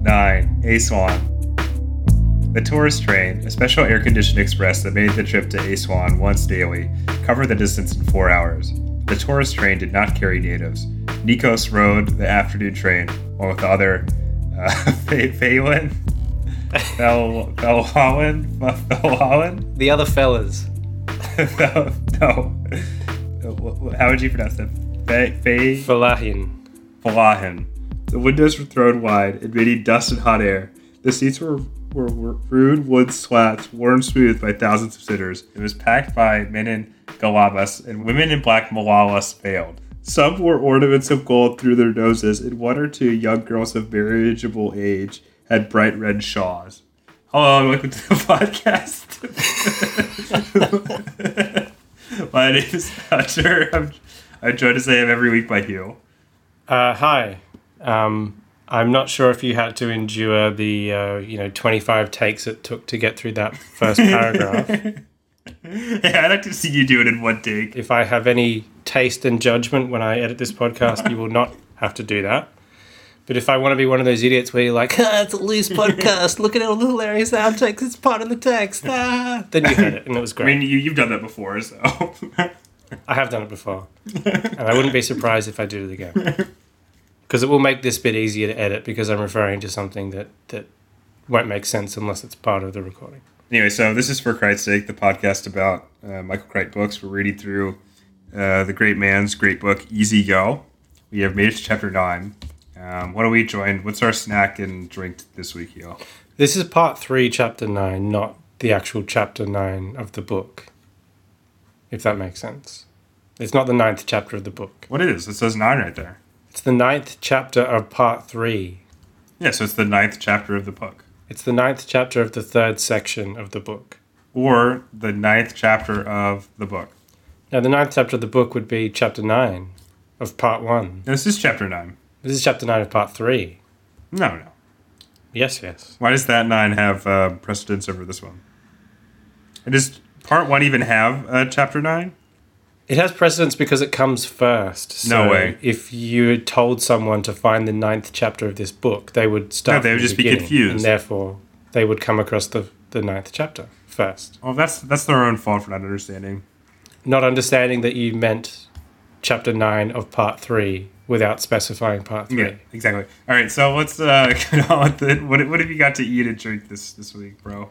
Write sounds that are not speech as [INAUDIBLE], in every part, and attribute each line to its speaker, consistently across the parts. Speaker 1: Nine, A Swan. The tourist train, a special air conditioned express that made the trip to Aswan once daily, covered the distance in four hours. The tourist train did not carry natives. Nikos rode the afternoon train, along with the other uh, [LAUGHS] Fa- Phelan, Fel Felhallen, Felhallen.
Speaker 2: The other fellas.
Speaker 1: [LAUGHS] no, no. Uh, Wh- wh- How would you pronounce that? Fe- Fe-
Speaker 3: Falahian.
Speaker 1: Palahan. The windows were thrown wide, admitting dust and hot air. The seats were, were, were rude wood slats, worn smooth by thousands of sitters. It was packed by men in galabas, and women in black malalas veiled. Some wore ornaments of gold through their noses, and one or two young girls of marriageable age had bright red shawls. Hello, and welcome to the [LAUGHS] podcast. My name is Hunter. I'm, I'm joined as I am every week by Hugh.
Speaker 3: Uh, hi. Um, I'm not sure if you had to endure the uh, you know 25 takes it took to get through that
Speaker 2: [LAUGHS]
Speaker 3: first paragraph.
Speaker 1: Yeah, [LAUGHS] I'd like to see you do it in one take.
Speaker 3: if I have any taste and judgment when I edit this podcast, you will not
Speaker 1: [LAUGHS]
Speaker 3: have to do that. But if I want to be one of those idiots where you're like, [LAUGHS] ah, it's a
Speaker 1: [LAUGHS]
Speaker 3: loose podcast, look at all the hilarious outtakes, it's part in the
Speaker 1: [LAUGHS]
Speaker 3: text, ah, then you heard it and it was
Speaker 1: I
Speaker 3: great.
Speaker 1: mean, you, you've done that before, so. [LAUGHS]
Speaker 3: I have done it before. And I wouldn't be surprised if I did it again.
Speaker 1: [LAUGHS]
Speaker 3: Because it will make this bit easier to edit because I'm referring to something that, that won't make sense unless it's part of the recording.
Speaker 1: anyway, so this is For Christ's Sake, the podcast about uh, Michael Crichton books. We're reading through uh, the great man's great book, Easy Go. We have made it to chapter 9. Um, what are we joined? What's our snack and drink this week, yo?
Speaker 3: This is part three, chapter nine, not the actual chapter nine of the book. If that makes sense. It's not the ninth chapter of the book.
Speaker 1: What it is? It says 9 right there.
Speaker 3: It's the ninth chapter of part three.
Speaker 1: Yeah, so it's the ninth chapter of the book.
Speaker 3: It's the ninth chapter of the third section of the book.
Speaker 1: Or the ninth chapter of the book.
Speaker 3: Now, the ninth chapter of the book would be chapter nine of part one.
Speaker 1: No, this is chapter 9.
Speaker 3: This is chapter nine of part three.
Speaker 1: No, no.
Speaker 3: Yes, yes.
Speaker 1: Why does that nine have uh, precedence over this one? And does part one even have uh, chapter nine?
Speaker 3: It has precedence because it comes first.
Speaker 1: No way.
Speaker 3: If you had told someone to find the ninth chapter of this book, they would start.
Speaker 1: No, they
Speaker 3: from
Speaker 1: would
Speaker 3: the
Speaker 1: just be
Speaker 3: beginning, and
Speaker 1: confused.
Speaker 3: therefore they would come across the the ninth chapter first,
Speaker 1: Oh, that's that's their own fault for not understanding.
Speaker 3: not understanding that you meant chapter nine of part three without specifying part three.
Speaker 1: Yeah, exactly. All right, so let's uh, [LAUGHS] get on with it. What, what have you got to eat and drink this this week, bro?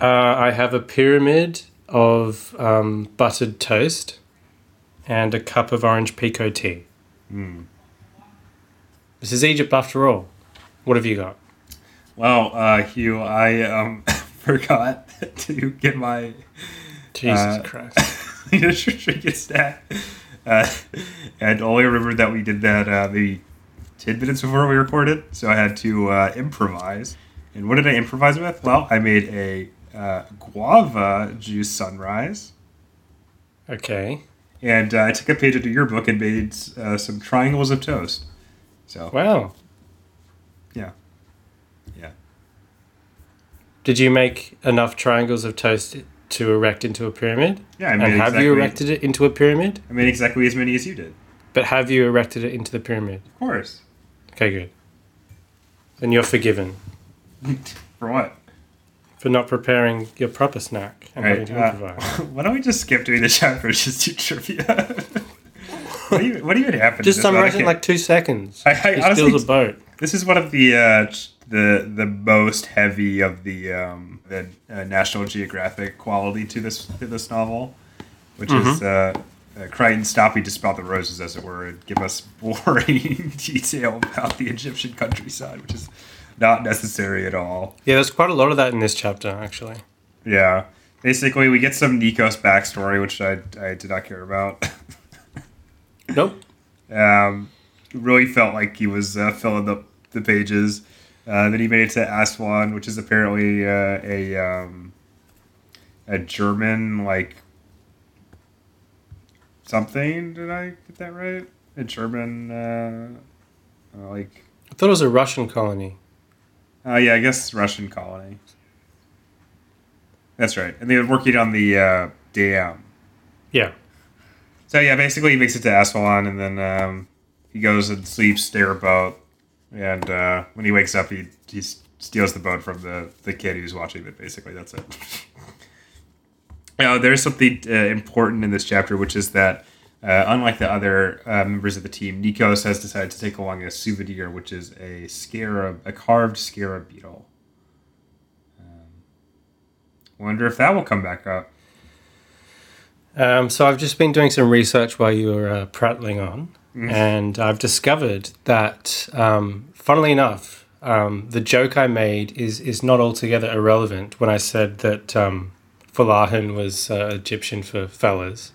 Speaker 3: Uh, I have a pyramid of um, buttered toast and a cup of orange pico tea.
Speaker 1: Hmm.
Speaker 3: This is Egypt after all. What have you got?
Speaker 1: Well, uh, Hugh, I um, [LAUGHS] forgot [LAUGHS] to get my
Speaker 3: Jesus
Speaker 1: Uh,
Speaker 3: Christ.
Speaker 1: [LAUGHS] leadership drink and snack, uh, and only remembered that we did that uh, maybe ten minutes before we recorded, so I had to uh, improvise. And what did I improvise with? Well, I made a uh, guava juice sunrise,
Speaker 3: Okay.
Speaker 1: and uh, I took a page out of your book and made uh, some triangles of toast. So
Speaker 3: Wow.
Speaker 1: yeah, yeah.
Speaker 3: Did you make enough triangles of toast to erect into a pyramid?
Speaker 1: Yeah, I
Speaker 3: and
Speaker 1: made
Speaker 3: have
Speaker 1: exactly,
Speaker 3: you erected it into a pyramid?
Speaker 1: I made exactly as many as you did.
Speaker 3: But have you erected it into the pyramid?
Speaker 1: Of course. [LAUGHS]
Speaker 3: Okay, good. Then you're forgiven
Speaker 1: For what?
Speaker 3: for not preparing your proper snack and
Speaker 1: All
Speaker 3: having
Speaker 1: right.
Speaker 3: to
Speaker 1: Uh,
Speaker 3: improvise.
Speaker 1: [LAUGHS] why don't we just skip doing the chapter and just [LAUGHS] do trivia? what, do you, what even happened? to
Speaker 3: Just
Speaker 1: this? I
Speaker 3: summarize it in
Speaker 1: can't-
Speaker 3: like two seconds.
Speaker 1: I- I
Speaker 3: he
Speaker 1: honestly-
Speaker 3: steals a boat.
Speaker 1: This is one of the uh, ch- the the most heavy of the um, the uh, National Geographic quality to this to this novel, which is uh, uh, Crichton stopping to spout the roses, as it were, and give us [LAUGHS] boring [LAUGHS] detail about the Egyptian countryside, which is not necessary at all.
Speaker 3: Yeah, there's quite a lot of that in this chapter, actually.
Speaker 1: Yeah. Basically, we get some Nikos backstory, which I, I did not care about. [LAUGHS]
Speaker 3: Nope.
Speaker 1: um, really felt like he was uh, filling the, the pages. Uh, then he made it to Aswan, which is apparently uh, a um, a German like something. Did I get that right? A German uh, uh, like
Speaker 3: I thought it was a Russian colony.
Speaker 1: Oh yeah, I guess Russian colony. That's right. And they were working on the uh, dam.
Speaker 3: Yeah.
Speaker 1: So yeah, basically he makes it to Aswan, and then um, he goes and sleeps near a boat. And uh, when he wakes up, he he s- steals the boat from the the kid who's watching it. Basically, that's it. [LAUGHS] Now, there's something uh, important in this chapter, which is that uh, unlike the other uh, members of the team, Nikos has decided to take along a souvenir, which is a scarab, a carved scarab beetle. Um, wonder if that will come back up.
Speaker 3: Um, so I've just been doing some research while you were uh, prattling on, and I've discovered that, um, funnily enough, um, the joke I made is is not altogether irrelevant when I said that um, Falahan was uh, Egyptian for fellas,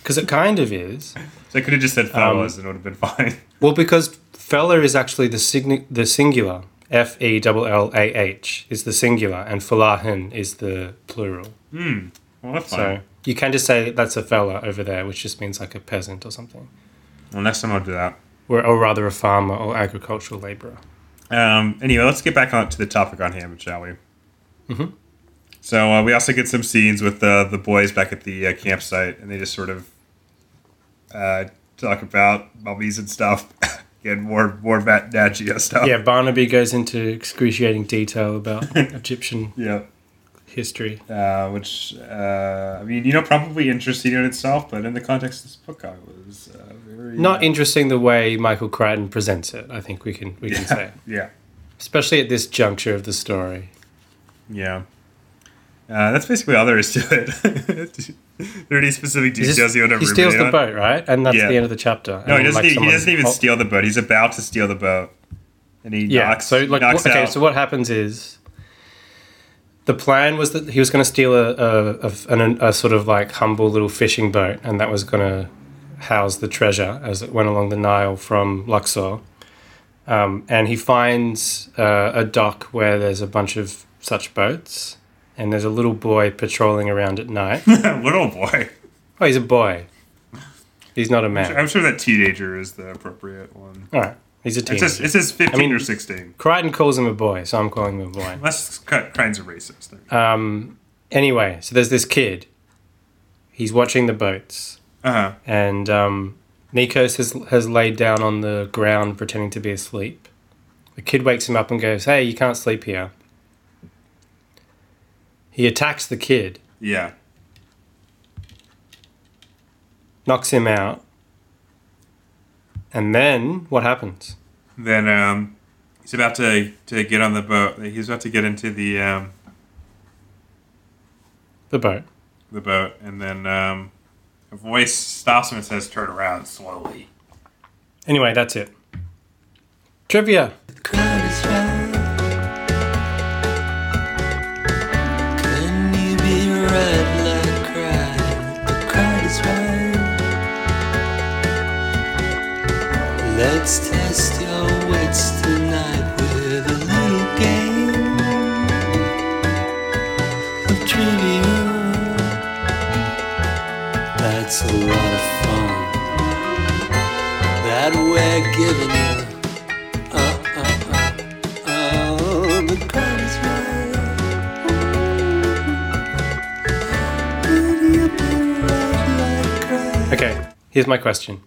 Speaker 3: because it kind of is.
Speaker 1: So I could have just said fellas, and it would have been [LAUGHS] fine.
Speaker 3: Well, because fella is actually the signi- the singular. F E L L A H is the singular, and Falahan is the plural.
Speaker 1: well, that's fine.
Speaker 3: So you can just say that's a fella over there, which just means like a peasant or something,
Speaker 1: Well, next time I'll do that.
Speaker 3: or, or rather a farmer or agricultural laborer.
Speaker 1: Um, anyway, let's get back on to the topic on hand, shall we? Mm-hmm. So uh, we also get some scenes with uh, the boys back at the uh, campsite, and they just sort of uh, talk about mummies and stuff, [LAUGHS] and more more Matt Nat Geo stuff.
Speaker 3: Yeah, Barnaby goes into excruciating detail
Speaker 1: [LAUGHS]
Speaker 3: about Egyptian
Speaker 1: yeah.
Speaker 3: history.
Speaker 1: Uh, which uh, I mean, you know, probably interesting in itself, but in the context of this book, I was uh, very
Speaker 3: Not interesting the way Michael Crichton presents it. I think we can we can say,
Speaker 1: uh, yeah.
Speaker 3: especially at this juncture of the story.
Speaker 1: Yeah. Uh, that's basically all there is to it. [LAUGHS] there are any specific
Speaker 3: He
Speaker 1: details
Speaker 3: just-
Speaker 1: you want to
Speaker 3: he steals
Speaker 1: ruminate
Speaker 3: the
Speaker 1: on?
Speaker 3: boat, right? And that's
Speaker 1: Yeah.
Speaker 3: the end of the chapter.
Speaker 1: No,
Speaker 3: And,
Speaker 1: he doesn't,
Speaker 3: like,
Speaker 1: e-
Speaker 3: someone-
Speaker 1: he doesn't even
Speaker 3: oh,
Speaker 1: steal the boat. He's about to steal the boat. And he
Speaker 3: Yeah.
Speaker 1: knocks,
Speaker 3: so like,
Speaker 1: knocks
Speaker 3: wh- okay.
Speaker 1: out.
Speaker 3: So what happens is the plan was that he was going to steal a a, a, an, a sort of like humble little fishing boat, and that was going to house the treasure as it went along the Nile from Luxor. Um, and he finds uh, a dock where there's a bunch of such boats, and there's a little boy patrolling around at night.
Speaker 1: [LAUGHS] Little boy.
Speaker 3: oh, he's a boy. He's not a man.
Speaker 1: I'm sure that teenager is the appropriate one.
Speaker 3: All right, he's a
Speaker 1: It
Speaker 3: teenager.
Speaker 1: says, it says 15
Speaker 3: I mean-
Speaker 1: or 16.
Speaker 3: Crichton calls him a boy, so I'm calling him a boy.
Speaker 1: Unless Crine's a racist.
Speaker 3: Um, anyway, so there's this kid. He's watching the boats,
Speaker 1: Uh-huh.
Speaker 3: and um, Nikos has has laid down on the ground pretending to be asleep. The kid wakes him up and goes, "Hey, you can't sleep here." He attacks the kid,
Speaker 1: Yeah.
Speaker 3: knocks him out, and then what happens?
Speaker 1: Then um, he's about to, to get on the boat. He's about to get into the um,
Speaker 3: The boat.
Speaker 1: the boat. And then um, a voice stops him and says, turn around slowly.
Speaker 3: Anyway, that's it. Trivia.
Speaker 2: The crowd is right. Can you be right like cry? The crowd is right. Let's test your wits tonight with a little game of trivia. That's a lot of fun that we're giving you. Uh, uh, uh, uh, the crowd is right. Ooh, you be right like cry?
Speaker 3: Okay, here's my question.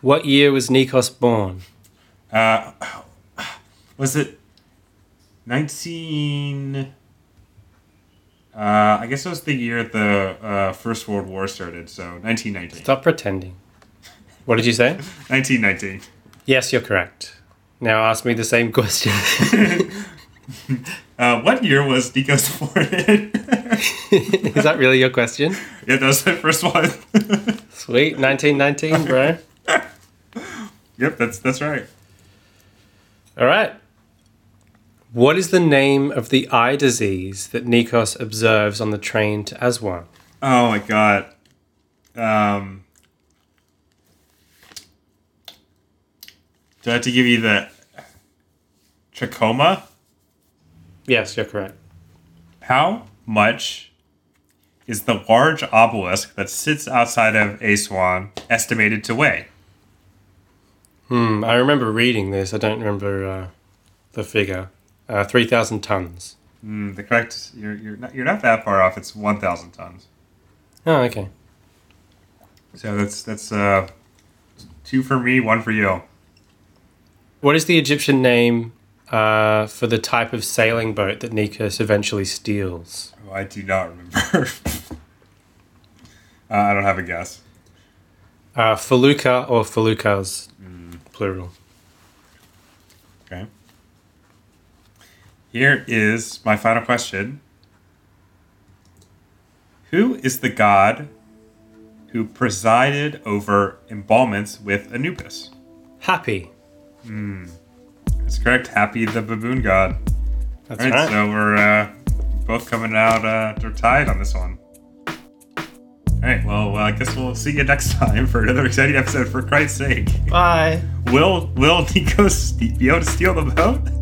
Speaker 3: What year was Nikos born?
Speaker 1: Uh, was it 19 uh, i guess it was the year the uh, first world war started so 1919
Speaker 3: Stop pretending. What did you say?
Speaker 1: 1919
Speaker 3: yes, you're correct. Now ask me the same [LAUGHS] question.
Speaker 1: [LAUGHS] Uh, what year was Nico supported?
Speaker 3: Is that really your question?
Speaker 1: [LAUGHS] yeah, that was the first one. [LAUGHS]
Speaker 3: Sweet, 1919, bro.
Speaker 1: yep, that's that's right.
Speaker 3: All right. What is the name of the eye disease that Nikos observes on the train to Aswan?
Speaker 1: Oh my god. Um, do I have to give you the trachoma?
Speaker 3: Yes, you're correct.
Speaker 1: How much is the large obelisk that sits outside of Aswan estimated to weigh?
Speaker 3: Hmm, I remember reading this. I don't remember uh, the figure. Uh, 3,000 tons.
Speaker 1: Mm, the correct you're you're not you're not that far off. It's one thousand tons.
Speaker 3: Oh, okay.
Speaker 1: So that's that's uh, two for me, one for you.
Speaker 3: What is the Egyptian name uh, for the type of sailing boat that Nikos eventually steals?
Speaker 1: Oh, I do not remember. [LAUGHS] uh, I don't have a guess.
Speaker 3: Uh, felucca or feluccas, plural.
Speaker 1: Okay. Here is my final question. Who is the god who presided over embalmments with Anubis?
Speaker 3: Happy.
Speaker 1: That's correct. Happy the baboon god.
Speaker 3: That's
Speaker 1: All right,
Speaker 3: right.
Speaker 1: so we're uh, both coming out uh, they're tied on this one. All right, well, I guess we'll see you next [LAUGHS] time for another exciting episode. For Christ's sake,
Speaker 3: Bye.
Speaker 1: [LAUGHS] will will Nico be able to steal the boat?